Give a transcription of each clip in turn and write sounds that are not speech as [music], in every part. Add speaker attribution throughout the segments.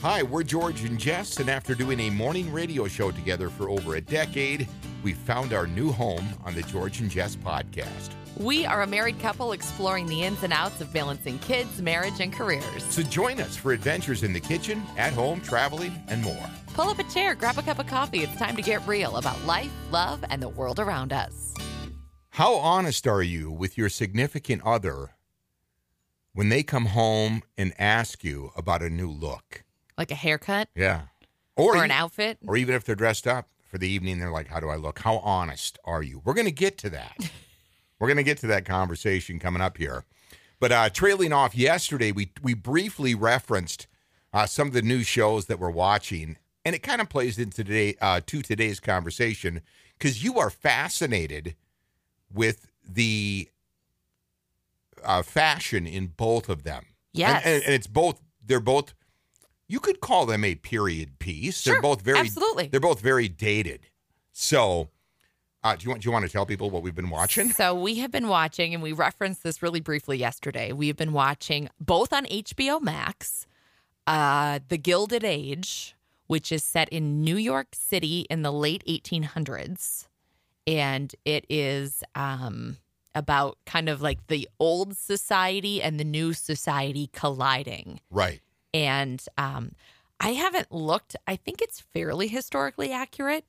Speaker 1: Hi, we're George and Jess, and after doing a morning radio show together for over a decade, we found our new home on the George and Jess podcast.
Speaker 2: We are a married couple exploring the ins and outs of balancing kids, marriage, and careers.
Speaker 1: So join us for adventures in the kitchen, at home, traveling, and more.
Speaker 2: Pull up a chair, grab a cup of coffee. It's time to get real about life, love, and the world around us.
Speaker 1: How honest are you with your significant other when they come home and ask you about a new look?
Speaker 2: Like a haircut
Speaker 1: Yeah.
Speaker 2: or,
Speaker 1: you-
Speaker 2: an outfit.
Speaker 1: or even if they're dressed up for the evening, they're like, "How do I look? How honest are you?" We're going to get to that.
Speaker 2: [laughs]
Speaker 1: We're going to get to that conversation coming up here. But uh, trailing off yesterday, we we briefly referenced uh, some of the new shows that we're watching, and it kind of plays into today uh, to today's conversation because you are fascinated with the uh, fashion in both of them.
Speaker 2: Yes.
Speaker 1: and, and, and it's both. They're both. You could call them a period piece. they're
Speaker 2: Sure,
Speaker 1: both very
Speaker 2: absolutely.
Speaker 1: They're both very dated. So, uh, do you want do you want to tell people what we've been watching?
Speaker 2: So we have been watching, and we referenced this really briefly yesterday. We have been watching both on HBO Max, uh, The Gilded Age, which is set in New York City in the late 1800s, and it is um, about kind of like the old society and the new society colliding.
Speaker 1: Right.
Speaker 2: And um, I haven't looked. I think it's fairly historically accurate.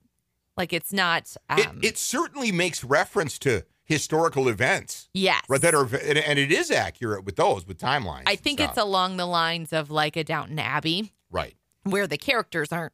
Speaker 2: Like it's not. Um,
Speaker 1: it, it certainly makes reference to historical events,
Speaker 2: yes.
Speaker 1: right? That are and and it is accurate with those with timelines.
Speaker 2: I think it's along the lines of like a Downton Abbey,
Speaker 1: right.
Speaker 2: where the characters aren't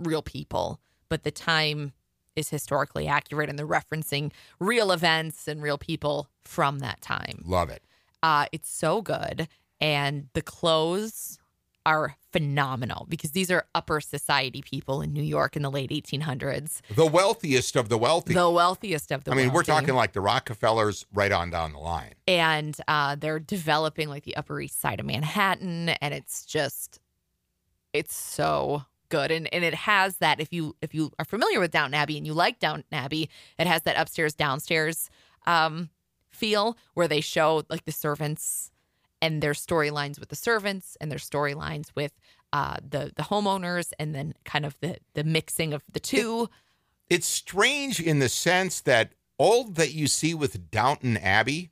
Speaker 2: real people, but the time is historically accurate and they're referencing real events and real people from that time.
Speaker 1: Love it.
Speaker 2: Uh, it's so good. And the clothes are phenomenal because these are upper society people in New York in the late 1800s,
Speaker 1: The wealthiest of the wealthy.
Speaker 2: the wealthiest of the
Speaker 1: I mean, we're
Speaker 2: wealthy.
Speaker 1: talking like the Rockefellers right on down the line.
Speaker 2: and uh, they're developing like the Upper East Side of Manhattan, and it's just, it's so good, and and it has that if you if you are familiar with Downton Abbey and you like Downton Abbey, it has that upstairs downstairs um, feel where they show like the servants and their storylines with the servants and their storylines with uh, the the homeowners, and then kind of the the mixing of the two.
Speaker 1: It's strange in the sense that all that you see with Downton Abbey,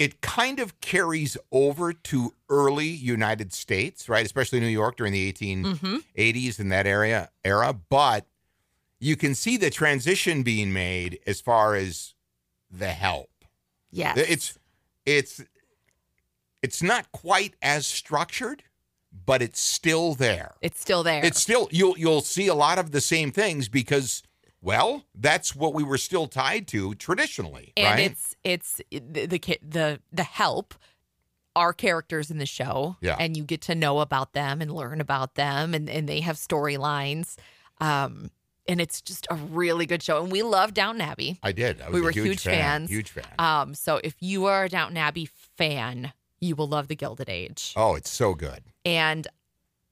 Speaker 1: it kind of carries over to early United States, right? Especially New York during the 18-
Speaker 2: mm-hmm.
Speaker 1: 80s in that area era, but you can see the transition being made as far as the help.
Speaker 2: Yes,
Speaker 1: It's it's it's not quite as structured, but it's still there.
Speaker 2: it's still there.
Speaker 1: It's still you'll you'll see a lot of the same things because well, that's what we were still tied to traditionally,
Speaker 2: and
Speaker 1: right?
Speaker 2: it's it's eh, the, the ki- the the help are characters in the show
Speaker 1: Yeah.
Speaker 2: and you get to know about them and learn about them and and they have storylines um and it's just a really good show and we love Downton Abbey
Speaker 1: I did. I was
Speaker 2: we
Speaker 1: a
Speaker 2: were
Speaker 1: huge,
Speaker 2: huge
Speaker 1: fan,
Speaker 2: fans.
Speaker 1: Huge fan.
Speaker 2: um so if you are a Downton Abbey fan you will love The Gilded Age
Speaker 1: oh, it's so good.
Speaker 2: and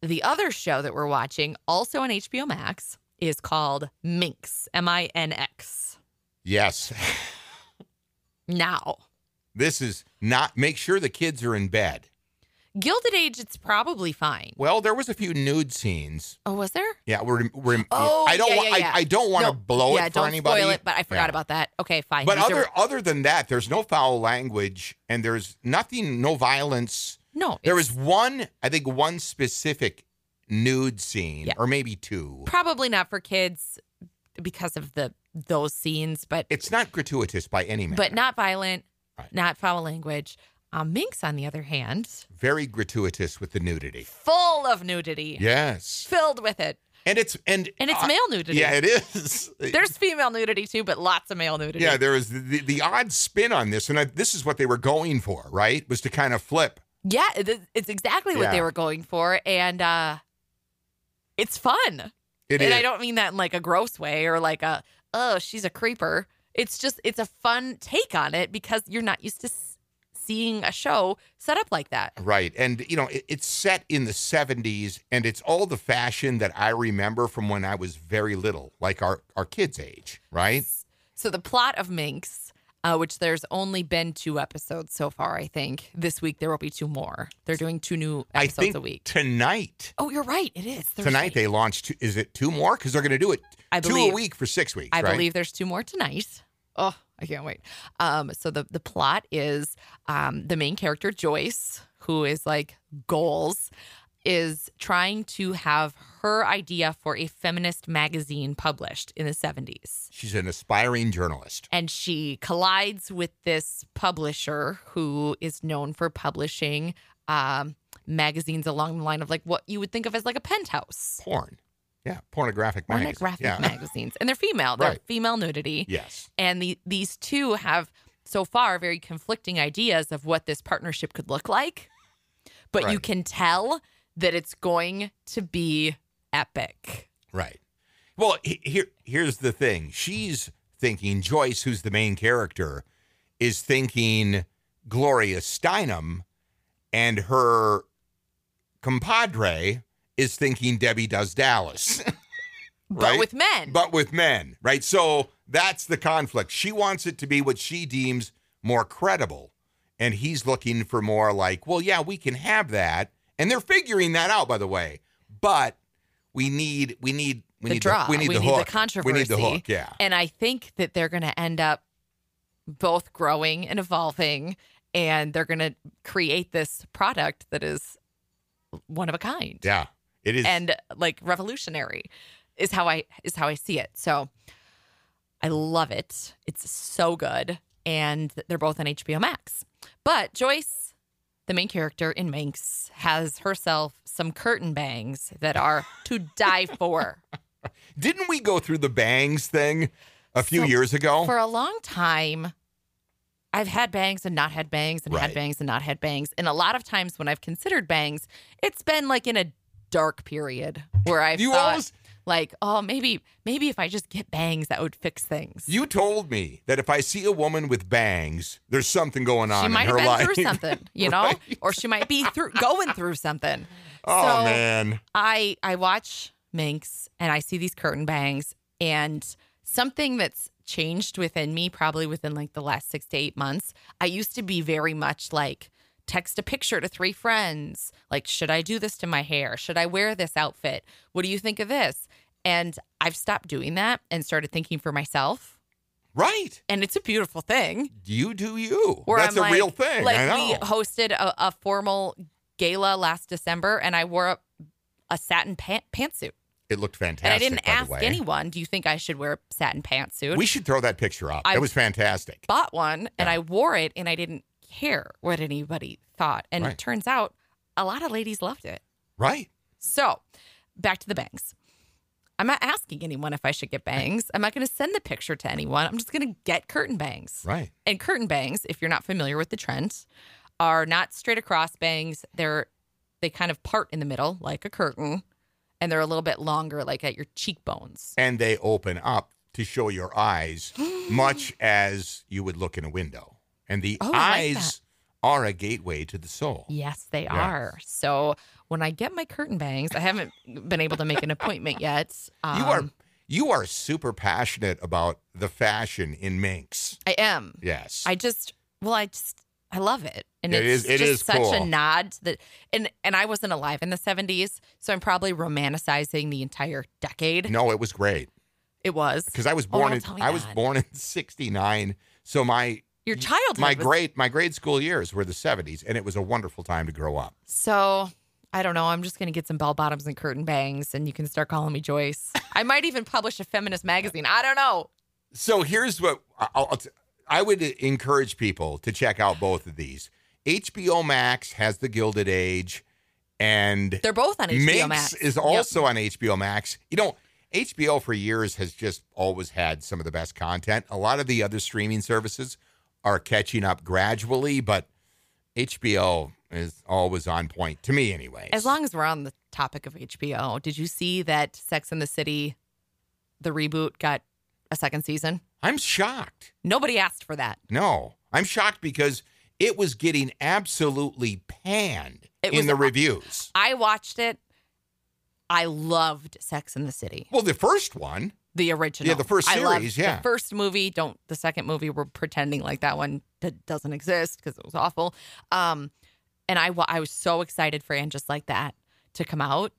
Speaker 2: the other show that we're watching also on HBO Max is called Minx M I N X
Speaker 1: Yes. [laughs]
Speaker 2: now
Speaker 1: This is not make sure the kids are in bed.
Speaker 2: Gilded Age it's probably fine
Speaker 1: Well, there was a few nude scenes
Speaker 2: oh was there
Speaker 1: Yeah, we're we're.
Speaker 2: Oh,
Speaker 1: I don't
Speaker 2: yeah,
Speaker 1: wa-
Speaker 2: yeah, yeah.
Speaker 1: I, I don't want to
Speaker 2: No,
Speaker 1: blow
Speaker 2: yeah,
Speaker 1: it for
Speaker 2: don't
Speaker 1: anybody.
Speaker 2: spoil it, but I forgot
Speaker 1: Yeah.
Speaker 2: about that. Okay, fine.
Speaker 1: But
Speaker 2: These
Speaker 1: other
Speaker 2: are-
Speaker 1: other than that, there's no foul language and there's nothing, no violence.
Speaker 2: no,
Speaker 1: There
Speaker 2: it's
Speaker 1: was one, I think, one specific nude scene,
Speaker 2: Yeah.
Speaker 1: or maybe two.
Speaker 2: probably not for kids because of the those scenes, but
Speaker 1: It's not gratuitous by any means,
Speaker 2: but not violent,
Speaker 1: Right.
Speaker 2: not foul language. Um, Minx, on the other hand,
Speaker 1: very gratuitous with the nudity.
Speaker 2: full of nudity,
Speaker 1: Yes,
Speaker 2: filled with it,
Speaker 1: and it's and
Speaker 2: and it's
Speaker 1: uh,
Speaker 2: male nudity.
Speaker 1: Yeah, it
Speaker 2: [laughs]
Speaker 1: is.
Speaker 2: There's female nudity too, but lots of male nudity.
Speaker 1: yeah, there was the, the, the odd spin on this, and I, this is what they were going for, right? Was to kind of flip.
Speaker 2: Yeah, it is- it's exactly what they
Speaker 1: Yeah.
Speaker 2: were going for, and uh, it's fun.
Speaker 1: It
Speaker 2: and
Speaker 1: is-
Speaker 2: I don't mean that in like a gross way or like a oh she's a creeper. It's just it's a fun take on it because you're not used to s- seeing a show set up like that.
Speaker 1: Right. And, you know, it, it's set in the 70s and it's all the fashion that I remember from when I was very little, like our, our kids' age, right?
Speaker 2: So the plot of Minx uh, which there's only been two episodes so far, I think. This week there will be two more. They're doing two new
Speaker 1: I
Speaker 2: episodes
Speaker 1: think
Speaker 2: a week.
Speaker 1: tonight.
Speaker 2: Oh, you're right. It is. Thursday.
Speaker 1: Tonight they launched. Two, is it two more? Because they're going to do it
Speaker 2: I
Speaker 1: two
Speaker 2: believe-
Speaker 1: a week for six weeks.
Speaker 2: I
Speaker 1: right?
Speaker 2: believe there's two more tonight. Oh, I can't wait. Um, so the the plot is um, the main character Joyce, who is like goals, is trying to have her idea for a feminist magazine published in the 70s.
Speaker 1: she's an aspiring journalist.
Speaker 2: And she collides with this publisher who is known for publishing um, magazines along the line of like what you would think of as like a penthouse.
Speaker 1: Porn. Yeah, pornographic. magazine.
Speaker 2: Pornographic
Speaker 1: Yeah.
Speaker 2: magazines. And they're female. They're
Speaker 1: Right.
Speaker 2: female nudity.
Speaker 1: Yes.
Speaker 2: And the, these two have so far very conflicting ideas of what this partnership could look like. But you
Speaker 1: Right.
Speaker 2: can tell that it's going to be epic.
Speaker 1: Right. Well, he- here here's the thing. She's thinking Joyce, who's the main character, is thinking Gloria Steinem, and her compadre is thinking Debbie Does Dallas,
Speaker 2: But
Speaker 1: Right.
Speaker 2: with men.
Speaker 1: but with men. Right. So that's the conflict. She wants it to be what she deems more credible, and he's looking for more like, well, yeah, we can have that, and they're figuring that out, by the way, but. We need, we need, we
Speaker 2: The
Speaker 1: need,
Speaker 2: draw.
Speaker 1: The, we need
Speaker 2: We
Speaker 1: the
Speaker 2: need the
Speaker 1: hook. We need the
Speaker 2: controversy.
Speaker 1: hook. Yeah.
Speaker 2: and I think that they're going to end up both growing and evolving. And they're going to create this product that is one of a kind.
Speaker 1: Yeah, it is.
Speaker 2: and like revolutionary is how I is how I see it. So I love it. It's so good and they're both on HBO Max. But Joyce, the main character in Manx, has herself some curtain bangs that are to die for.
Speaker 1: didn't we go through the bangs thing a few
Speaker 2: So,
Speaker 1: years ago?
Speaker 2: For a long time I've had bangs and not had bangs and had
Speaker 1: Right.
Speaker 2: bangs and not had bangs. And a lot of times when I've considered bangs, it's been like in a dark period where I've
Speaker 1: you
Speaker 2: thought,
Speaker 1: always
Speaker 2: like oh maybe maybe if i just get bangs that would fix things
Speaker 1: you told me that if I see a woman with bangs, there's something going on
Speaker 2: she
Speaker 1: in
Speaker 2: might
Speaker 1: her
Speaker 2: have been
Speaker 1: life.
Speaker 2: through something you know or she might be through going through something
Speaker 1: [laughs] oh
Speaker 2: So-
Speaker 1: man,
Speaker 2: i i watch minx and i see these curtain bangs and something that's changed within me probably within like the last six to eight months i used to be very much like text a picture to three friends like should i do this to my hair should i wear this outfit what do you think of this and i've stopped doing that and started thinking for myself
Speaker 1: right?
Speaker 2: and it's a beautiful thing
Speaker 1: You do you.
Speaker 2: where
Speaker 1: That's
Speaker 2: I'm
Speaker 1: a
Speaker 2: like,
Speaker 1: real thing.
Speaker 2: Like
Speaker 1: I
Speaker 2: we
Speaker 1: know.
Speaker 2: hosted a, a formal gala last December, and I wore a, a satin pant, pantsuit,
Speaker 1: it looked fantastic.
Speaker 2: and I didn't
Speaker 1: by the
Speaker 2: ask
Speaker 1: way.
Speaker 2: anyone, "Do you think I should wear a satin pantsuit?"
Speaker 1: We should throw that picture up.
Speaker 2: I-
Speaker 1: it was fantastic.
Speaker 2: bought one, and I wore it, and I didn't care what anybody thought. And
Speaker 1: Right.
Speaker 2: it turns out, a lot of ladies loved it.
Speaker 1: Right?
Speaker 2: So, back to the bangs. I'm not asking anyone if I should get bangs. I'm not going to send the picture to anyone. I'm just going to get curtain bangs.
Speaker 1: Right.
Speaker 2: And curtain bangs, if you're not familiar with the trend, are not straight across bangs. They're they kind of part in the middle like a curtain, and they're a little bit longer, like at your cheekbones.
Speaker 1: And they open up to show your eyes,
Speaker 2: [gasps]
Speaker 1: much as you would look in a window. And the
Speaker 2: Oh, I like
Speaker 1: eyes are a gateway to the soul.
Speaker 2: Yes, they are. So when I get my curtain bangs, I haven't been able to make an appointment yet.
Speaker 1: You are
Speaker 2: Um,
Speaker 1: you are super passionate about the fashion in Minx.
Speaker 2: I am.
Speaker 1: Yes.
Speaker 2: I just well, I just I love it, and
Speaker 1: It
Speaker 2: it's
Speaker 1: is- it
Speaker 2: just
Speaker 1: is
Speaker 2: such a
Speaker 1: cool.
Speaker 2: nod to the and and I wasn't alive in the '70s, so I'm probably romanticizing the entire decade.
Speaker 1: no, it was great
Speaker 2: It was
Speaker 1: because I was
Speaker 2: Oh,
Speaker 1: born
Speaker 2: don't
Speaker 1: in
Speaker 2: tell me
Speaker 1: I was
Speaker 2: that.
Speaker 1: born in [laughs] '69, so my
Speaker 2: your childhood.
Speaker 1: my
Speaker 2: was
Speaker 1: grade my grade school years were the '70s, and it was a wonderful time to grow up.
Speaker 2: So I don't know. I'm just gonna get some bell bottoms and curtain bangs, and you can start calling me Joyce. I might even publish a feminist magazine. I don't know.
Speaker 1: So here's what I- I'll, I'll t- I would encourage people to check out both of these. HBO Max has The Gilded Age, and
Speaker 2: They're both on HBO
Speaker 1: Minx
Speaker 2: Max.
Speaker 1: is
Speaker 2: Yep.
Speaker 1: also on HBO Max. You know, HBO for years has just always had some of the best content. A lot of the other streaming services are catching up gradually, but HBO is always on point to me, anyway.
Speaker 2: As long as we're on the topic of HBO, did you see that Sex and the City, the reboot, got a second season?
Speaker 1: I'm shocked.
Speaker 2: Nobody asked for that.
Speaker 1: No, I'm shocked because it was getting absolutely panned
Speaker 2: It was-
Speaker 1: in the reviews.
Speaker 2: I watched it. I loved Sex and the City.
Speaker 1: Well, the first one,
Speaker 2: the original.
Speaker 1: Yeah, the first
Speaker 2: I loved
Speaker 1: series, yeah.
Speaker 2: the first movie. Don't the second movie. We're pretending like that one d- doesn't exist because it was awful. Um, and I wa- I was so excited for and just like that to come out,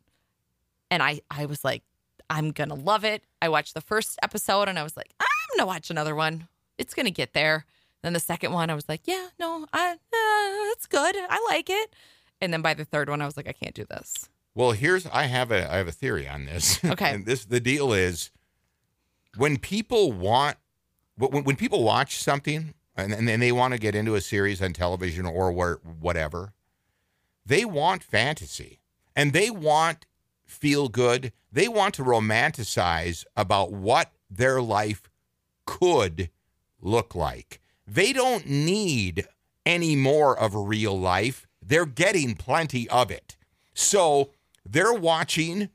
Speaker 2: and I I was like, I'm gonna love it. I watched the first episode and I was like, I'm gonna watch another one. It's gonna get there. Then the second one, I was like, yeah, no, I uh, it's good. I like it. And then by the third one, I was like, I can't do this.
Speaker 1: Well, here's I have a I have a theory on this. [laughs]
Speaker 2: Okay.
Speaker 1: and this the deal is when people want when, when people watch something and, and then they want to get into a series on television or where, whatever, they want fantasy and they want feel good. They want to romanticize about what their life could look like. They don't need any more of real life. They're getting plenty of it. So they're watching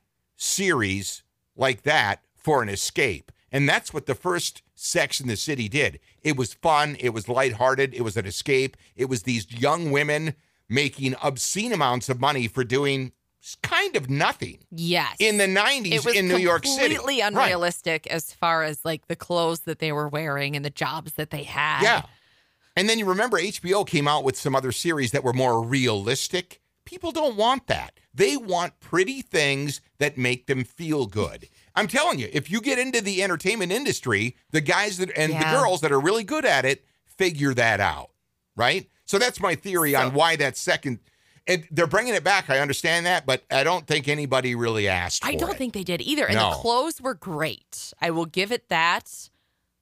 Speaker 1: series like that for an escape. And that's what the first Sex in the City did. It was fun, it was lighthearted, it was an escape. It was these young women making obscene amounts of money for doing s- kind of nothing
Speaker 2: Yes.
Speaker 1: in the 90s
Speaker 2: it was
Speaker 1: in New York City.
Speaker 2: completely
Speaker 1: Right.
Speaker 2: unrealistic as far as like the clothes that they were wearing and the jobs that they had.
Speaker 1: Yeah. And then you remember HBO came out with some other series that were more realistic. People don't want that. They want pretty things that make them feel good. I'm telling you, if you get into the entertainment industry, the guys that and
Speaker 2: Yeah.
Speaker 1: the girls that are really good at it figure that out, right? So that's my theory on why that second and they're bringing it back. I understand that, but I don't think anybody really asked for
Speaker 2: I don't
Speaker 1: it.
Speaker 2: think they did either. And the
Speaker 1: No.
Speaker 2: clothes were great. I will give it that.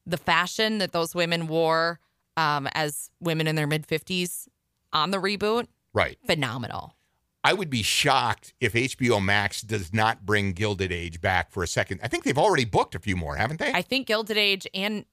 Speaker 2: The fashion that those women wore um, as women in their mid 50s on the reboot,
Speaker 1: right.
Speaker 2: phenomenal.
Speaker 1: I would be shocked if HBO Max does not bring Gilded Age back for a second. I think they've already booked a few more, haven't they?
Speaker 2: I think Gilded Age and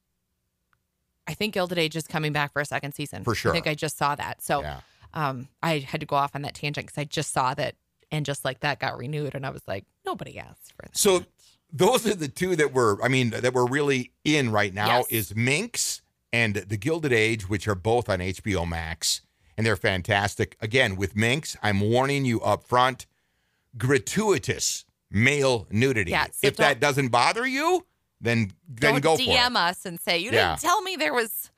Speaker 2: I think Gilded Age is coming back for a second season.
Speaker 1: For sure.
Speaker 2: I think I just saw that. So
Speaker 1: Yeah.
Speaker 2: um, I had to go off on that tangent because I just saw that and just like that got renewed, and I was like, nobody asked for that.
Speaker 1: So those are the two that were, I mean, that we're really in right now
Speaker 2: Yes.
Speaker 1: is Minx and The Gilded Age, which are both on HBO Max, and they're fantastic. Again, with Minx, I'm warning you up front, gratuitous male nudity.
Speaker 2: Yeah, so
Speaker 1: if that
Speaker 2: don't-
Speaker 1: doesn't bother you, then then
Speaker 2: Don't
Speaker 1: go for it.
Speaker 2: DM us and say you
Speaker 1: Yeah.
Speaker 2: didn't tell me there was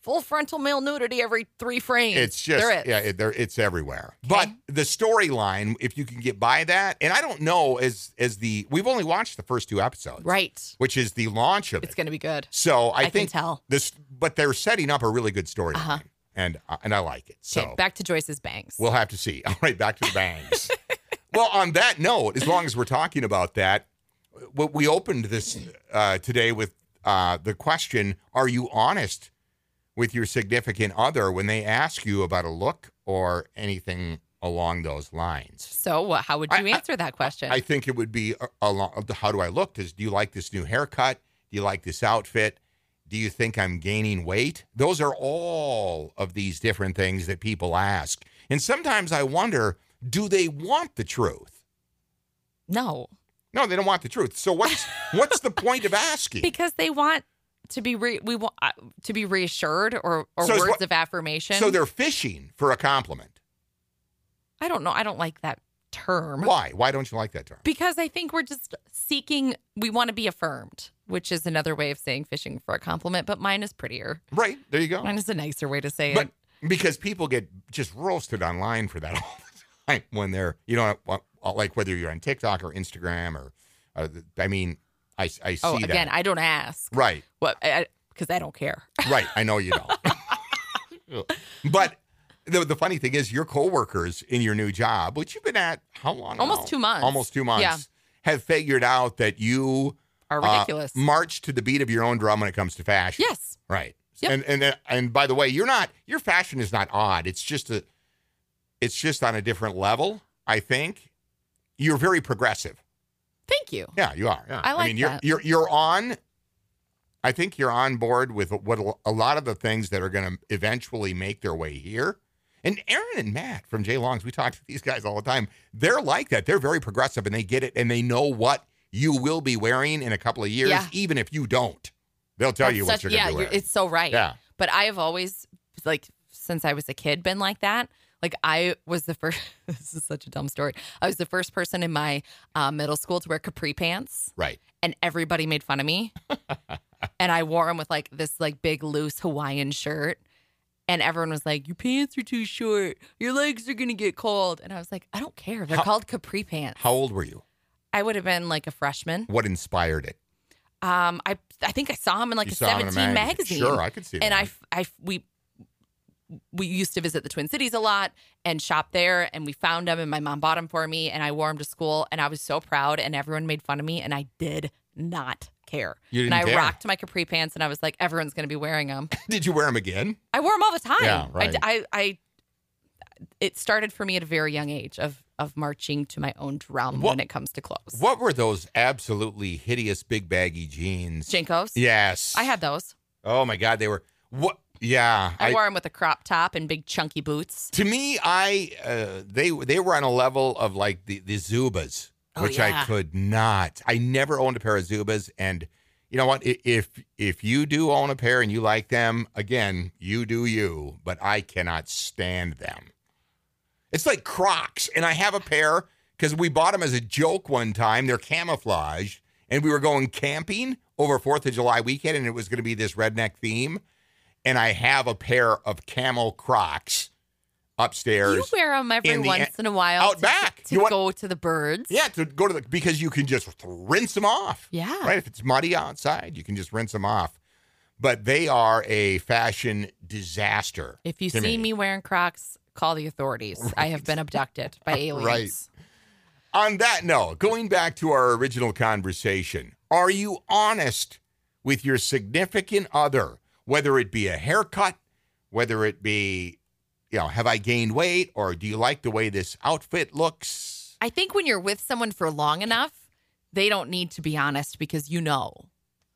Speaker 2: full frontal male nudity every three frames.
Speaker 1: It's just
Speaker 2: there is.
Speaker 1: yeah, it, there, it's everywhere. But
Speaker 2: Okay.
Speaker 1: the storyline, if you can get by that, and I don't know as as the we've only watched the first two episodes,
Speaker 2: right.
Speaker 1: Which is the launch of
Speaker 2: It's
Speaker 1: it.
Speaker 2: gonna be good.
Speaker 1: So I,
Speaker 2: I, can
Speaker 1: think
Speaker 2: tell.
Speaker 1: this, but they're setting up a really good storyline,
Speaker 2: Uh-huh.
Speaker 1: and uh, and I like it. So
Speaker 2: Okay, back to Joyce's bangs.
Speaker 1: We'll have to see. [laughs] All right, back to the bangs. well, on that note, as long as we're talking about that, what we opened this uh, today with uh, the question: Are you honest with your significant other when they ask you about a look or anything along those lines?
Speaker 2: so what- how would
Speaker 1: I-
Speaker 2: you
Speaker 1: I-
Speaker 2: answer that question?
Speaker 1: I think it would be a- along. How do I look? Does do you like this new haircut? Do you like this outfit? Do you think I'm gaining weight? Those are all of these different things that people ask. And sometimes I wonder, do they want the truth?
Speaker 2: no,
Speaker 1: No, they don't want the truth. So what's what's the point of asking?
Speaker 2: because they want to be re- we want uh, to be reassured or or
Speaker 1: So it's
Speaker 2: words
Speaker 1: what-
Speaker 2: of affirmation.
Speaker 1: So they're fishing for a compliment.
Speaker 2: I don't know. I don't like that term.
Speaker 1: Why? Why don't you like that term?
Speaker 2: Because I think we're just seeking, we want to be affirmed, which is another way of saying fishing for a compliment, but mine is prettier.
Speaker 1: Right there, you go.
Speaker 2: Mine is a nicer way to say
Speaker 1: Oh. But
Speaker 2: it.
Speaker 1: because people get just roasted online for that [laughs] all the time when they're, you know, uh, like whether you're on TikTok or Instagram or, uh, I mean, I, I see
Speaker 2: Oh,
Speaker 1: that.
Speaker 2: again, I don't ask
Speaker 1: Right,
Speaker 2: what, because I, don't care. [laughs]
Speaker 1: right. I know you don't. [laughs] but the, the funny thing is, your coworkers in your new job, which you've been at how long?
Speaker 2: Almost
Speaker 1: now?
Speaker 2: two months.
Speaker 1: Almost two months.
Speaker 2: Yeah.
Speaker 1: Have figured out that you
Speaker 2: Are
Speaker 1: uh,
Speaker 2: ridiculous.
Speaker 1: march to the beat of your own drum when it comes to fashion.
Speaker 2: yes.
Speaker 1: Right.
Speaker 2: Yep.
Speaker 1: And and and by the way, you're not your fashion is not odd. It's just a it's just on a different level, I think. You're very progressive.
Speaker 2: Thank you.
Speaker 1: Yeah, you are. Yeah.
Speaker 2: I like
Speaker 1: mean, you're
Speaker 2: that.
Speaker 1: you're you're on I think you're on board with what a- a lot of the things that are going to eventually make their way here. And Aaron and Matt from Jay Longs, we talk to these guys all the time. They're like that. They're very progressive and they get it and they know what you will be wearing in a couple of years,
Speaker 2: Yeah.
Speaker 1: even if you don't. They'll tell you what
Speaker 2: That's
Speaker 1: you're
Speaker 2: such-
Speaker 1: going
Speaker 2: yeah,
Speaker 1: to be wearing.
Speaker 2: it's so right.
Speaker 1: yeah.
Speaker 2: But I have always, like, since I was a kid, been like that. Like I was the first. [laughs] this is such a dumb story. I was the first person in my uh, middle school to wear capri pants,
Speaker 1: Right.
Speaker 2: and everybody made fun of me.
Speaker 1: [laughs]
Speaker 2: and I wore them with like this like big loose Hawaiian shirt, and everyone was like, "Your pants are too short. Your legs are gonna get cold." And I was like, "I don't care. They're
Speaker 1: How-
Speaker 2: called capri pants."
Speaker 1: How old were you?
Speaker 2: I would have been like a freshman.
Speaker 1: What inspired it?
Speaker 2: Um, I I think I saw him in like
Speaker 1: You
Speaker 2: a
Speaker 1: saw it in a
Speaker 2: 17 magazine.
Speaker 1: Sure, I could see that.
Speaker 2: and I, f- I f- we we used to visit the Twin Cities a lot and shop there, and we found them, and my mom bought them for me, and I wore them to school, and I was so proud, and everyone made fun of me, and I did not care.
Speaker 1: you
Speaker 2: And
Speaker 1: didn't
Speaker 2: I
Speaker 1: care.
Speaker 2: rocked my capri pants, and I was like, everyone's going to be wearing them.
Speaker 1: [laughs] Did you wear them again?
Speaker 2: I wore them all the time.
Speaker 1: Yeah, right.
Speaker 2: I, d- I- I- it started for me at a very young age of of marching to my own drum
Speaker 1: What-
Speaker 2: when it comes to clothes.
Speaker 1: What were those absolutely hideous big baggy jeans?
Speaker 2: Jinkos.
Speaker 1: Yes.
Speaker 2: I had those.
Speaker 1: Oh my God, they were. What? Yeah.
Speaker 2: I, wore them with a crop top and big chunky boots.
Speaker 1: To me, I uh, they they were on a level of like the the Zubas,
Speaker 2: Oh,
Speaker 1: which I
Speaker 2: yeah.
Speaker 1: could not. I never owned a pair of Zubas, and you know what? I- If if you do own a pair and you like them, again, you do you. But I cannot stand them. It's like Crocs, and I have a pair because we bought them as a joke one time. They're camouflaged, and we were going camping over Fourth of July weekend, and it was going to be this redneck theme. And I have a pair of camel Crocs upstairs.
Speaker 2: You wear them every
Speaker 1: in the-
Speaker 2: once in a while.
Speaker 1: out
Speaker 2: to,
Speaker 1: back.
Speaker 2: To
Speaker 1: You want-
Speaker 2: go to the birds.
Speaker 1: yeah, to go to the because you can just rinse them off.
Speaker 2: Yeah.
Speaker 1: Right, if it's muddy outside, you can just rinse them off. But they are a fashion disaster.
Speaker 2: If you
Speaker 1: to
Speaker 2: see
Speaker 1: me.
Speaker 2: me wearing Crocs, call the authorities. I have been abducted
Speaker 1: [laughs]
Speaker 2: by aliens.
Speaker 1: On that note, going back to our original conversation, are you honest with your significant other, whether it be a haircut, whether it be, you know, have I gained weight or do you like the way this outfit looks?
Speaker 2: I think when you're with someone for long enough, they don't need to be honest because you know.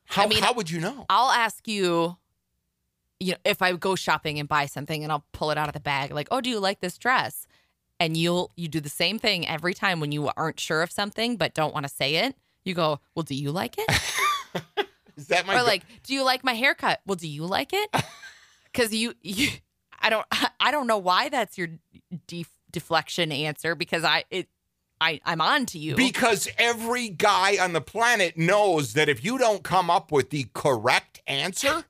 Speaker 1: How,
Speaker 2: I mean-
Speaker 1: how would you know?
Speaker 2: I'll ask you, you know, if I go shopping and buy something and I'll pull it out of the bag, like, oh, do you like this dress? And you'll you do the same thing every time when you aren't sure of something but don't want to say it. You go, well, do you like it?
Speaker 1: Is that my
Speaker 2: or like, do you like my haircut? Well, do you like it? Because you, you, I don't, [laughs] I don't know why that's your def- deflection answer because I, it, I, I'm on to you.
Speaker 1: Because every guy on the planet knows that if you don't come up with the correct answer,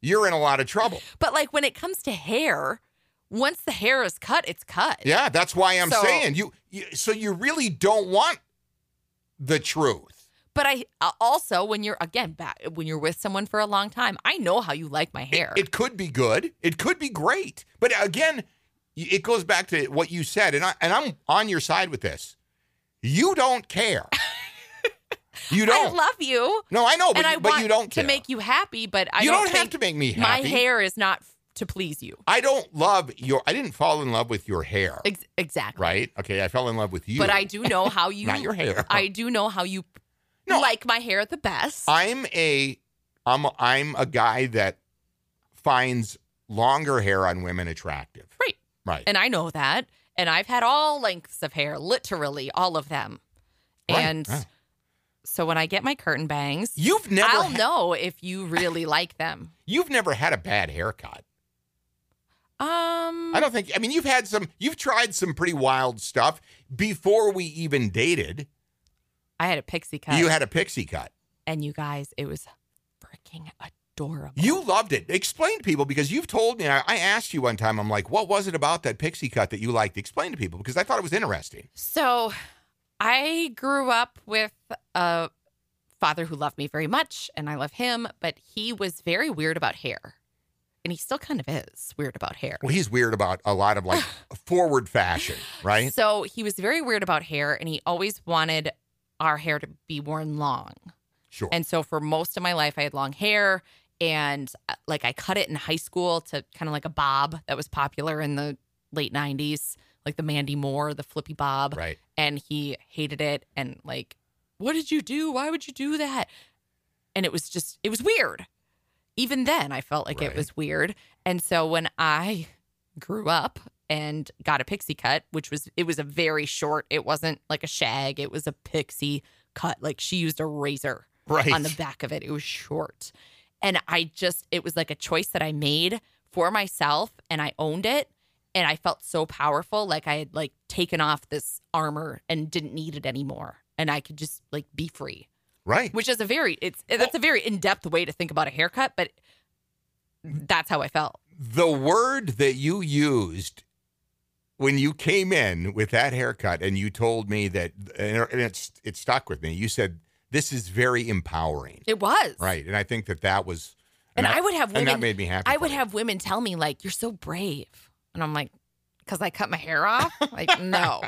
Speaker 1: you're in a lot of trouble.
Speaker 2: but like when it comes to hair, once the hair is cut, it's cut.
Speaker 1: Yeah, that's why I'm
Speaker 2: So-
Speaker 1: saying you, you. So you really don't want the truth.
Speaker 2: But I uh, also when you're again back when you're with someone for a long time, I know how you like my hair.
Speaker 1: It could be good. It could be great. But again, y- it goes back to what you said, and I and I'm on your side with this. You don't care.
Speaker 2: [laughs]
Speaker 1: you
Speaker 2: I
Speaker 1: don't.
Speaker 2: love you,
Speaker 1: no, I know, but,
Speaker 2: and I
Speaker 1: you- but
Speaker 2: want
Speaker 1: you don't
Speaker 2: to
Speaker 1: care.
Speaker 2: make you happy. But I
Speaker 1: you
Speaker 2: don't,
Speaker 1: don't, have
Speaker 2: think
Speaker 1: to make me happy.
Speaker 2: my hair is not f- to please you.
Speaker 1: I don't love your. I didn't fall in love with your hair.
Speaker 2: Ex- exactly.
Speaker 1: right? Okay, I fell in love with you.
Speaker 2: But I
Speaker 1: [laughs]
Speaker 2: do know how you
Speaker 1: not your hair.
Speaker 2: [laughs] I do know how you
Speaker 1: No.
Speaker 2: like my hair the best.
Speaker 1: [laughs] I'm a I'm I'm a guy that finds longer hair on women attractive.
Speaker 2: Right.
Speaker 1: Right.
Speaker 2: and I know that. And I've had all lengths of hair, literally all of them.
Speaker 1: Right,
Speaker 2: And
Speaker 1: yeah.
Speaker 2: so when I get my curtain bangs,
Speaker 1: you've never
Speaker 2: I'll
Speaker 1: ha-
Speaker 2: know if you really like them.
Speaker 1: you've never had a bad haircut.
Speaker 2: Um
Speaker 1: I don't think I mean you've had some you've tried some pretty wild stuff before we even dated.
Speaker 2: I had a pixie cut.
Speaker 1: You had a pixie cut.
Speaker 2: and you guys, it was freaking adorable.
Speaker 1: You loved it. Explain to people because you've told me I, I asked you one time I'm like what was it about that pixie cut that you liked? Explain to people because I thought it was interesting.
Speaker 2: So I grew up with a father who loved me very much, and I love him, but he was very weird about hair. And he still kind of is weird about hair.
Speaker 1: Well, he's weird about a lot of
Speaker 2: [sighs]
Speaker 1: like forward fashion, right?
Speaker 2: So he was very weird about hair, and he always wanted our hair to be worn long. [laughs]
Speaker 1: Sure.
Speaker 2: And so for most of my life, I had long hair. And uh, like I cut it in high school to kind of like a bob that was popular in the late 90s, like the Mandy Moore, the flippy bob.
Speaker 1: right.
Speaker 2: And he hated it. And like, what did you do? Why would you do that? And it was just, it was weird. Even then, I felt like
Speaker 1: Right.
Speaker 2: it was weird. And so when I grew up and got a pixie cut, which was, it was a very short, it wasn't like a shag, it was a pixie cut. Like she used a razor
Speaker 1: Right.
Speaker 2: on the back of it. It was short. And I just, it was like a choice that I made for myself and I owned it. and I felt so powerful, like I had like taken off this armor and didn't need it anymore, and I could just like be free.
Speaker 1: Right.
Speaker 2: Which is a very it's that's a very in depth way to think about a haircut, but that's how I felt.
Speaker 1: The word that you used when you came in with that haircut and you told me that, and it's, it stuck with me, you said, this is very empowering.
Speaker 2: It was
Speaker 1: Right. And I think that that was,
Speaker 2: and,
Speaker 1: that-
Speaker 2: I would have
Speaker 1: and that
Speaker 2: women.
Speaker 1: made me happy.
Speaker 2: I
Speaker 1: for
Speaker 2: would
Speaker 1: you.
Speaker 2: have women tell me like, "You're so brave," and I'm like, "Cause I cut my hair off."
Speaker 1: [laughs]
Speaker 2: Like, no,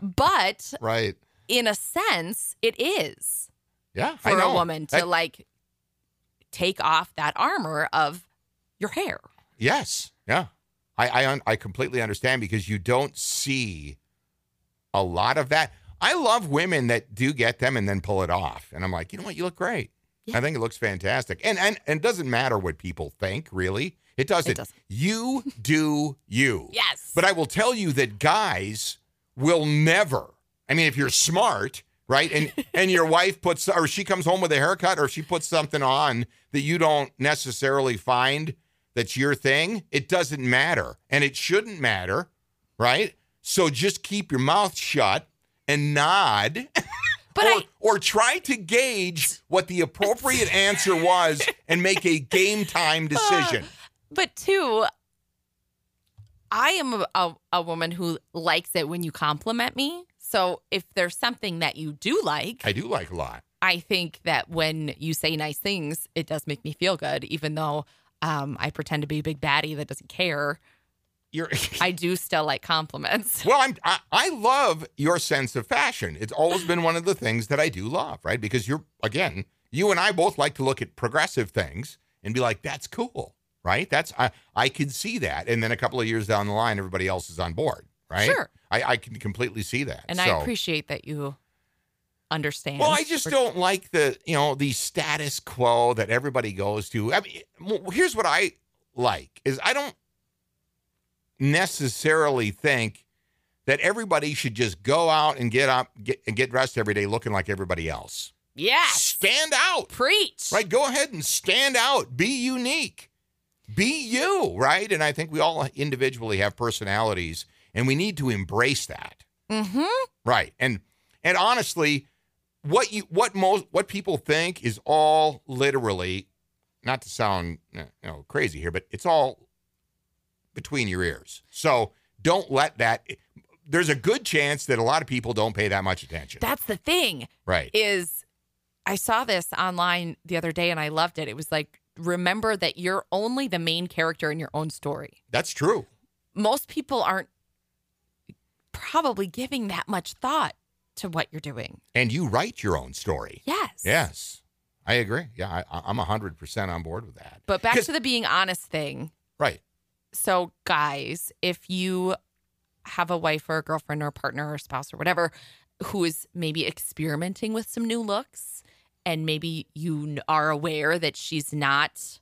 Speaker 2: but
Speaker 1: Right.
Speaker 2: in a sense, it is
Speaker 1: Yeah. I
Speaker 2: for a
Speaker 1: know.
Speaker 2: woman to
Speaker 1: That-
Speaker 2: like take off that armor of your hair.
Speaker 1: Yes. Yeah. I I, un- I completely understand because you don't see a lot of that. I love women that do get them and then pull it off. And I'm like, you know what? You look great.
Speaker 2: Yeah.
Speaker 1: I think it looks fantastic. And and and it doesn't matter what people think, really. It doesn't.
Speaker 2: doesn't.
Speaker 1: You do you.
Speaker 2: Yes,
Speaker 1: But I will tell you that guys will never. I mean, if you're smart, right,
Speaker 2: [laughs]
Speaker 1: and and your wife puts or she comes home with a haircut or she puts something on that you don't necessarily find that's your thing, it doesn't matter, and it shouldn't matter, right? So just keep your mouth shut and nod.
Speaker 2: But
Speaker 1: or,
Speaker 2: I-
Speaker 1: or try to gauge what the
Speaker 2: [laughs]
Speaker 1: appropriate answer was and make a game
Speaker 2: Uh,
Speaker 1: time decision.
Speaker 2: but two, I am a, a, a woman who likes it when you compliment me. So if there's something that you do like,
Speaker 1: I do like a lot.
Speaker 2: I think that when you say nice things, it does make me feel good, even though um, I pretend to be a big baddie that doesn't care.
Speaker 1: You're [laughs]
Speaker 2: I do still like compliments.
Speaker 1: Well, I'm, I, I love your sense of fashion. It's always been one of the things that I do love, right? Because you're, again, you and I both like to look at progressive things and be like, that's cool, right? That's, I, I can see that. And then a couple of years down the line, everybody else is on board, right?
Speaker 2: Sure.
Speaker 1: I, I can completely see that.
Speaker 2: And
Speaker 1: So-
Speaker 2: I appreciate that you understand.
Speaker 1: well, I just
Speaker 2: Or-
Speaker 1: don't like the you know the status quo that everybody goes to. I mean, well, here's what I like is I don't necessarily think that everybody should just go out and get up get, and get dressed every day looking like everybody else.
Speaker 2: Yes.
Speaker 1: Stand out,
Speaker 2: Preach.
Speaker 1: right? Go ahead and stand out. Be unique. Be you, right? And I think we all individually have personalities, and we need to embrace that.
Speaker 2: Mm-hmm.
Speaker 1: Right. And and honestly, what you what most what people think is all literally not to sound you know crazy here, but it's all between your ears. So don't let that there's a good chance that a lot of people don't pay that much attention.
Speaker 2: That's the thing.
Speaker 1: right.
Speaker 2: is I saw this online the other day and I loved it. It was like, remember that you're only the main character in your own story.
Speaker 1: That's true.
Speaker 2: Most people aren't probably giving that much thought to what you're doing.
Speaker 1: And you write your own story.
Speaker 2: Yes.
Speaker 1: Yes. I agree. Yeah, I, I- I'm 100% on board with that.
Speaker 2: But back
Speaker 1: 'Cause-
Speaker 2: to the being honest thing.
Speaker 1: Right.
Speaker 2: So, guys, if you have a wife or a girlfriend or a partner or spouse or whatever who is maybe experimenting with some new looks, and maybe you kn- are aware that she's not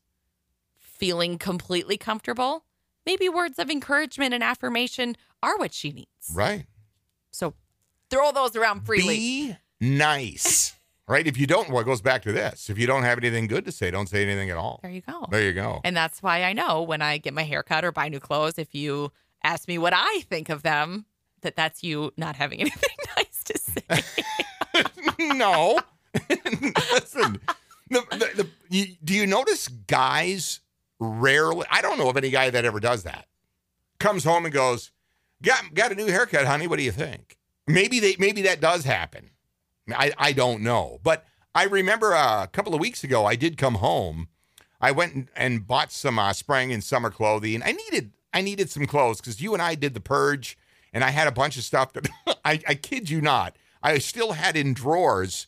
Speaker 2: feeling completely comfortable, maybe words of encouragement and affirmation are what she needs.
Speaker 1: Right.
Speaker 2: So, throw those around freely.
Speaker 1: Be nice. right? If you don't, well, it goes back to this. If you don't have anything good to say, don't say anything at all.
Speaker 2: there you go.
Speaker 1: There you go.
Speaker 2: And that's why I know when I get my hair cut or buy new clothes, if you ask me what I think of them, that that's you not having [laughs] anything nice to say.
Speaker 1: [laughs] no. Listen, the, the, the, you, do you notice guys rarely? I don't know of any guy that ever does that. Comes home and goes, "Got got a new haircut, honey. What do you think?" Maybe they maybe that does happen. I I don't know, but I remember uh, a couple of weeks ago I did come home. I went and, and bought some uh, spring and summer clothing. I needed I needed some clothes because you and I did the purge, and I had a bunch of stuff that [laughs] I, I kid you not, I still had in drawers,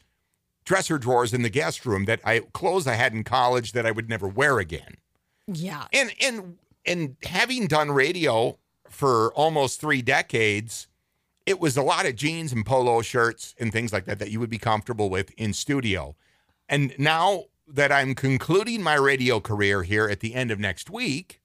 Speaker 1: dresser drawers in the guest room that I clothes I had in college that I would never wear again.
Speaker 2: yeah.
Speaker 1: And and and having done radio for almost three decades, it was a lot of jeans and polo shirts and things like that that you would be comfortable with in studio. And now that I'm concluding my radio career here at the end of next week,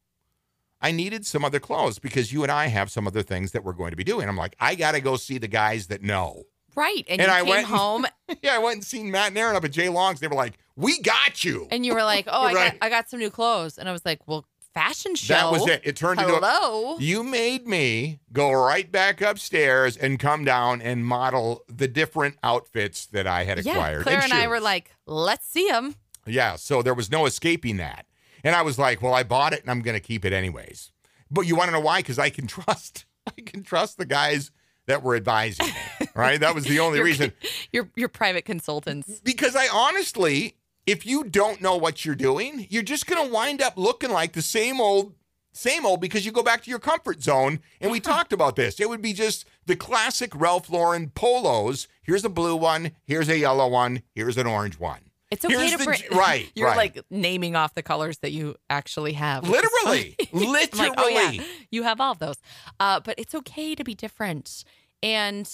Speaker 1: I needed some other clothes because you and I have some other things that we're going to be doing. I'm like, I got to go see the guys that know.
Speaker 2: Right. And,
Speaker 1: And
Speaker 2: you
Speaker 1: I
Speaker 2: came
Speaker 1: went-
Speaker 2: home
Speaker 1: [laughs] Yeah, I went and seen Matt and Aaron up at Jay Long's. They were like, "We got you."
Speaker 2: and you were like, oh, I,
Speaker 1: Right.
Speaker 2: got, I got some new clothes. And I was like, well, fashion show.
Speaker 1: That was it. It turned into a,
Speaker 3: Hello.
Speaker 1: you made me go right back upstairs and come down and model the different outfits that I had
Speaker 2: Yeah,
Speaker 1: acquired.
Speaker 2: Claire and I
Speaker 1: shoes.
Speaker 2: were like, let's see him.
Speaker 1: Yeah, so there was no escaping that. And I was like, well, I bought it and I'm going to keep it anyways. But you want to know why? Because I can [laughs] trust, I can trust the guys that were advising me, right? That was the only
Speaker 2: [laughs] Your-
Speaker 1: reason.
Speaker 2: Your your private consultants.
Speaker 1: Because I honestly, if you don't know what you're doing, you're just going to wind up looking like the same old, same old because you go back to your comfort zone. And
Speaker 2: [laughs]
Speaker 1: we talked about this. It would be just the classic Ralph Lauren polos. Here's a blue one. Here's a yellow one. Here's an orange one.
Speaker 2: It's okay
Speaker 1: Here's
Speaker 2: to
Speaker 1: the
Speaker 2: bring.
Speaker 1: j- right,
Speaker 2: [laughs] You're
Speaker 1: right.
Speaker 2: like naming off the colors that you actually have. [laughs] which is
Speaker 1: Literally, literally.
Speaker 2: [laughs] I'm like, oh yeah, you have all of those. Uh, but it's okay to be different. And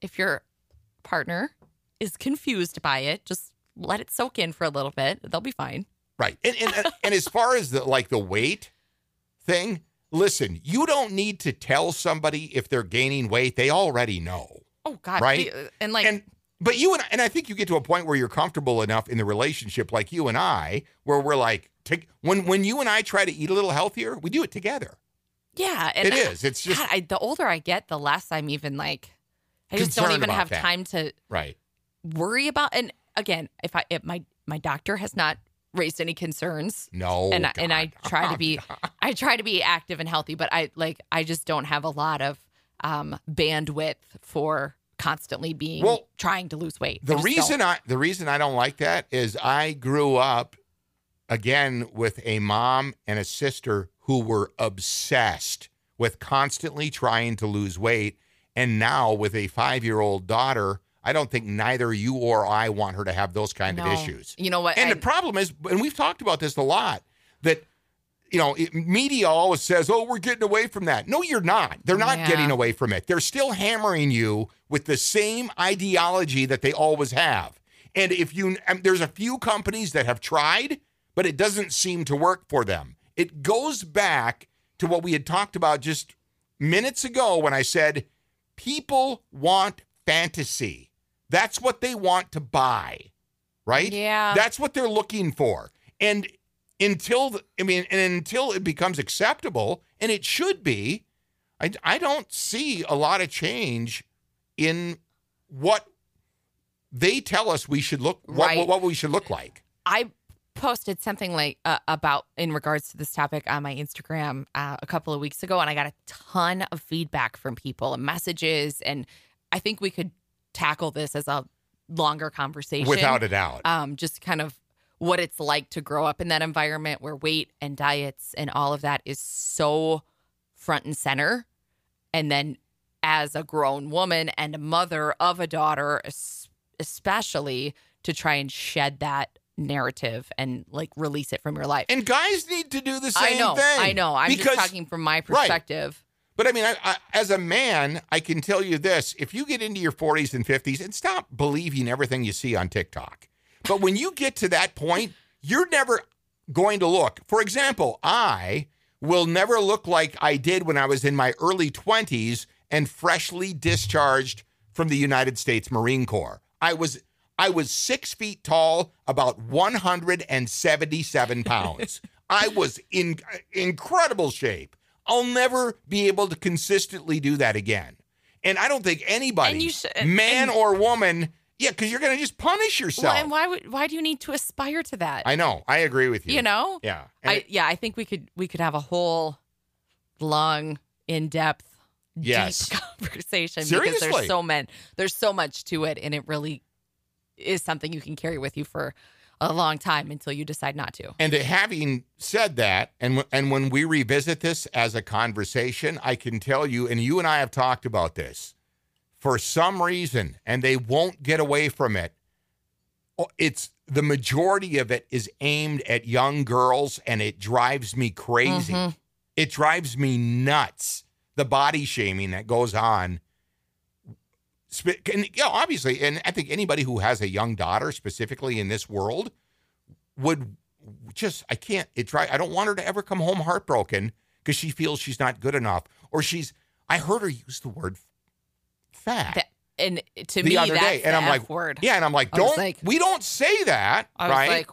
Speaker 2: if your partner is confused by it, just let it soak in for a little bit. They'll be fine.
Speaker 1: Right. And and uh, and- and as far as the like the weight thing, listen, you don't need to tell somebody if they're gaining weight. They already know.
Speaker 2: Oh God,
Speaker 1: Right.
Speaker 2: we- and like,
Speaker 1: and but you and and I think you get to a point where you're comfortable enough in the relationship like you and I where we're like to, when when you and I try to eat a little healthier, we do it together.
Speaker 2: yeah, and
Speaker 1: It is. It's just
Speaker 2: God, I, the older I get, the less I'm even like. I just don't
Speaker 1: Concerned
Speaker 2: even
Speaker 1: about
Speaker 2: have
Speaker 1: that.
Speaker 2: time to
Speaker 1: right.
Speaker 2: worry about. And again, if I if my my doctor has not raised any concerns,
Speaker 1: No.
Speaker 2: and I, and I
Speaker 1: Oh, God. [laughs]
Speaker 2: try to be I try to be active and healthy, but I like I just don't have a lot of um, bandwidth for constantly being
Speaker 1: Well,
Speaker 2: trying to lose weight. I
Speaker 1: The
Speaker 2: just don't.
Speaker 1: reason I the reason I don't like that is I grew up again with a mom and a sister who were obsessed with constantly trying to lose weight and now with a 5-year-old daughter, I don't think neither you or I want her to have those kind of
Speaker 2: No.
Speaker 1: issues.
Speaker 2: you know what,
Speaker 1: And
Speaker 2: I-
Speaker 1: the problem is and we've talked about this a lot that you know, it, media always says, "Oh, we're getting away from that." No, you're not. They're not
Speaker 2: Yeah.
Speaker 1: getting away from it. They're still hammering you with the same ideology that they always have. And if you, and there's a few companies that have tried, but it doesn't seem to work for them. It goes back to what we had talked about just minutes ago when I said, "People want fantasy. That's what they want to buy." Right?
Speaker 2: Yeah.
Speaker 1: That's what they're looking for. And until the, I mean, and until it becomes acceptable, and it should be, I, I don't see a lot of change in what they tell us we should look what,
Speaker 2: Right.
Speaker 1: what, we should look like.
Speaker 2: I posted something like uh, about in regards to this topic on my Instagram uh, a couple of weeks ago, and I got a ton of feedback from people and messages, and I think we could tackle this as a longer conversation
Speaker 1: Without a doubt,
Speaker 2: um, just kind of what it's like to grow up in that environment where weight and diets and all of that is so front and center. And then as a grown woman and a mother of a daughter, es- especially to try and shed that narrative and like release it from your life.
Speaker 1: and guys need to do the same
Speaker 2: I know,
Speaker 1: thing.
Speaker 2: I know. I'm
Speaker 1: because-
Speaker 2: just talking from my perspective.
Speaker 1: But I mean, I, I, as a man, I can tell you this: if you get into your 40s and 50s, and stop believing everything you see on TikTok. But when you get to that point, you're never going to look. For example, I will never look like I did when I was in my early 20s and freshly discharged from the United States Marine Corps. I was I was six feet tall, about 177 pounds. I was in incredible shape. I'll never be able to consistently do that again. And I don't think anybody,
Speaker 2: And you should-
Speaker 1: man
Speaker 2: and-
Speaker 1: or woman, yeah, because you're going to just punish yourself.
Speaker 2: Well, and why would why do you need to aspire to that?
Speaker 1: I know. I agree with you.
Speaker 2: you know?
Speaker 1: Yeah. And
Speaker 2: I
Speaker 1: it-
Speaker 2: yeah, I think we could we could have a whole long, in depth,
Speaker 1: Yes.
Speaker 2: deep [laughs] conversation because
Speaker 1: Seriously.
Speaker 2: there's so many there's so much to it and it really is something you can carry with you for a long time until you decide not to.
Speaker 1: and having said that, and w- and when we revisit this as a conversation, I can tell you, and you and I have talked about this. For some reason, and they won't get away from it. oh, It's the majority of it is aimed at young girls, and it drives me crazy.
Speaker 2: Mhm.
Speaker 1: It drives me nuts. The body shaming that goes on. Sp- And, yeah, obviously, and I think anybody who has a young daughter, specifically in this world, would just I can't. It dry. I don't want her to ever come home heartbroken because she feels she's not good enough, or she's. I heard her use the word fat.
Speaker 2: That- and to
Speaker 1: The
Speaker 2: me
Speaker 1: other
Speaker 2: that's
Speaker 1: day, and
Speaker 2: the
Speaker 1: I'm like,
Speaker 2: F word.
Speaker 1: yeah, and I'm like,
Speaker 2: I was
Speaker 1: don't.
Speaker 2: like-
Speaker 1: we don't say that,
Speaker 2: I was
Speaker 1: right?
Speaker 2: like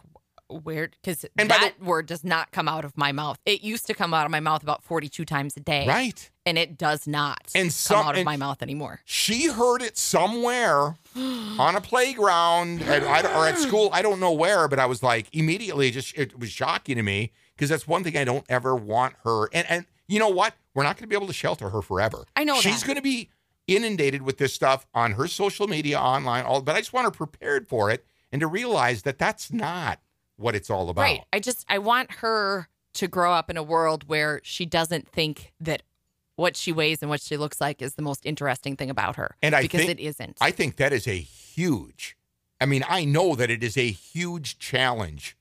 Speaker 2: where because
Speaker 1: And by the-
Speaker 2: that word does not come out of my mouth. It used to come out of my mouth about 42 times a day,
Speaker 1: Right.
Speaker 2: and it does not
Speaker 1: And
Speaker 2: come
Speaker 1: some-
Speaker 2: out of
Speaker 1: and-
Speaker 2: my mouth
Speaker 1: [gasps]
Speaker 2: anymore. [gasps]
Speaker 1: She heard it somewhere on a playground at, I- or at school. I don't know where, but I was like, immediately, just it was shocking to me because that's one thing I don't ever want her. And and you know what? We're not going to be able to shelter her forever.
Speaker 2: I know
Speaker 1: she's
Speaker 2: that.
Speaker 1: going to be inundated with this stuff on her social media, online, all. But I just want her prepared for it and to realize that that's not what it's all about.
Speaker 2: Right. I just I want her to grow up in a world where she doesn't think that what she weighs and what she looks like is the most interesting thing about her.
Speaker 1: And I
Speaker 2: because
Speaker 1: think-
Speaker 2: it isn't.
Speaker 1: I think that is a huge, I mean, I know that it is a huge challenge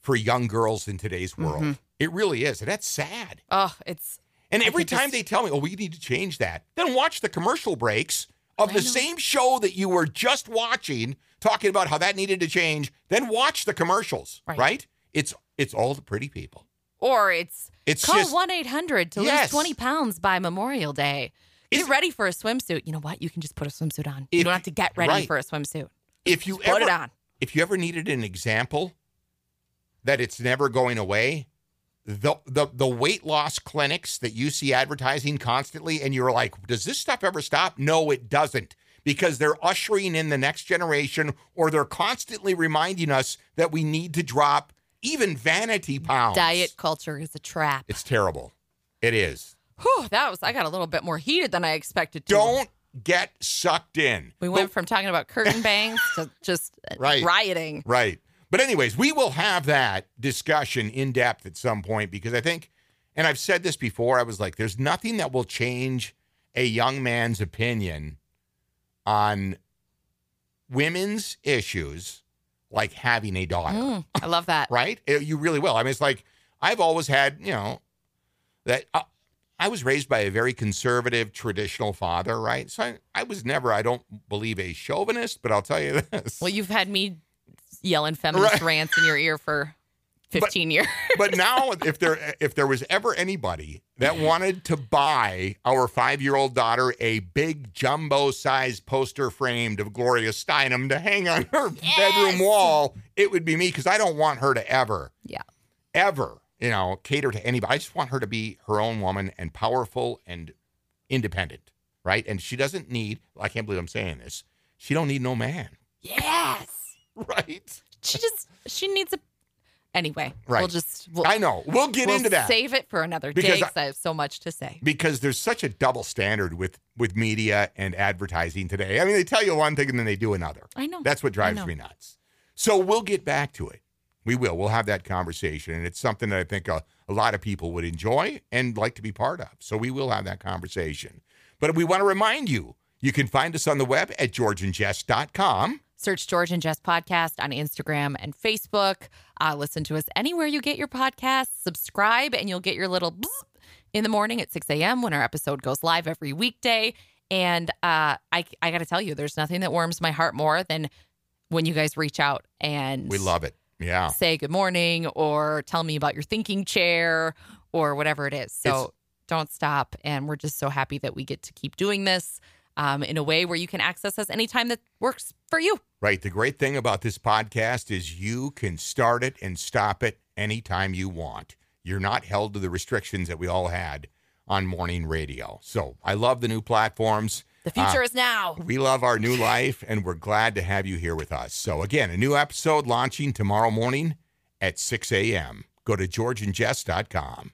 Speaker 1: for young girls in today's world.
Speaker 2: Mm-hmm.
Speaker 1: It really is. And that's sad.
Speaker 2: oh, it's
Speaker 1: And
Speaker 2: I
Speaker 1: every
Speaker 2: think
Speaker 1: time
Speaker 2: it's-
Speaker 1: they tell me, oh, we need to change that, then watch the commercial breaks of
Speaker 2: I
Speaker 1: the
Speaker 2: know.
Speaker 1: same show that you were just watching, talking about how that needed to change, then watch the commercials, right?
Speaker 2: Right.
Speaker 1: It's it's all the pretty people.
Speaker 2: or it's
Speaker 1: It's
Speaker 2: call
Speaker 1: just
Speaker 2: one eight hundred to
Speaker 1: Yes.
Speaker 2: lose twenty pounds by Memorial Day. Get
Speaker 1: It's-
Speaker 2: ready for a swimsuit. You know what? You can just put a swimsuit on.
Speaker 1: If-
Speaker 2: you don't have to get ready
Speaker 1: right.
Speaker 2: for a swimsuit.
Speaker 1: if you
Speaker 2: Put
Speaker 1: ever
Speaker 2: it on.
Speaker 1: if you ever needed an example that it's never going away, the, the the weight loss clinics that you see advertising constantly, and you're like, does this stuff ever stop? No, it doesn't, because they're ushering in the next generation, or they're constantly reminding us that we need to drop even vanity pounds.
Speaker 2: Diet culture is a trap.
Speaker 1: It's terrible. It is.
Speaker 2: Whew, that was I got a little bit more heated than I expected to.
Speaker 1: Don't get sucked in.
Speaker 2: we went from talking about curtain bangs to just uh,
Speaker 1: Right.
Speaker 2: rioting.
Speaker 1: Right. But anyways, we will have that discussion in depth at some point because I think and I've said this before, I was like there's nothing that will change a young man's opinion on women's issues like having a daughter,
Speaker 2: Mm, I love
Speaker 1: [laughs]
Speaker 2: that.
Speaker 1: right? Eh, You really will. I mean it's like I've always had, you know, that uh, I was raised by a very conservative, traditional father, right? So I, I was never, I don't believe a chauvinist, but I'll tell you [laughs] this.
Speaker 2: Well, you've had me yelling feminist
Speaker 1: Right.
Speaker 2: rants in your ear
Speaker 1: [laughs]
Speaker 2: for 15 years.
Speaker 1: but now if there if there was ever anybody that
Speaker 2: Mm-hmm.
Speaker 1: wanted to buy our five-year-old daughter a big jumbo-sized poster framed of Gloria Steinem to hang on her bedroom wall, it would be me because I don't want her to ever,
Speaker 2: Yeah.
Speaker 1: ever, you know, cater to anybody. I just want her to be her own woman and powerful and independent, right? And she doesn't need. I can't believe I'm saying this. She don't need no man, [laughs]
Speaker 2: Yes.
Speaker 1: right?
Speaker 2: She just, she needs a. Anyway, we'll
Speaker 1: Right.
Speaker 2: just, we'll,
Speaker 1: I know. We'll get
Speaker 2: we'll
Speaker 1: into that.
Speaker 2: save it for another
Speaker 1: Because
Speaker 2: day
Speaker 1: I-
Speaker 2: because I, have so much to say.
Speaker 1: because there's such a double standard with with media and advertising today. I mean, they tell you one thing and then they do another.
Speaker 2: I know.
Speaker 1: That's what drives
Speaker 2: know.
Speaker 1: me nuts. So we'll get back to it. We will. We'll have that conversation, and it's something that I think a, a lot of people would enjoy and like to be part of. So we will have that conversation. But we want to remind you, you can find us on the web at georgeandjess.com.
Speaker 2: Search George and Jess podcast on Instagram and Facebook. Uh, listen to us anywhere you get your podcasts. Subscribe, and you'll get your little bzzz in the morning at 6 a.m. when our episode goes live every weekday. And uh, I, I got to tell you, there's nothing that warms my heart more than when you guys reach out and
Speaker 1: We love it. Yeah.
Speaker 2: say good morning or tell me about your thinking chair or whatever it is. So
Speaker 1: It's-
Speaker 2: don't stop. And we're just so happy that we get to keep doing this um, in a way where you can access us anytime that works for you.
Speaker 1: Right. The great thing about this podcast is you can start it and stop it anytime you want. You're not held to the restrictions that we all had on morning radio. So I love the new platforms.
Speaker 2: The future is now.
Speaker 1: We love our new life and we're glad to have you here with us. So, again, a new episode launching tomorrow morning at 6 a.m. Go to georgeandjess.com.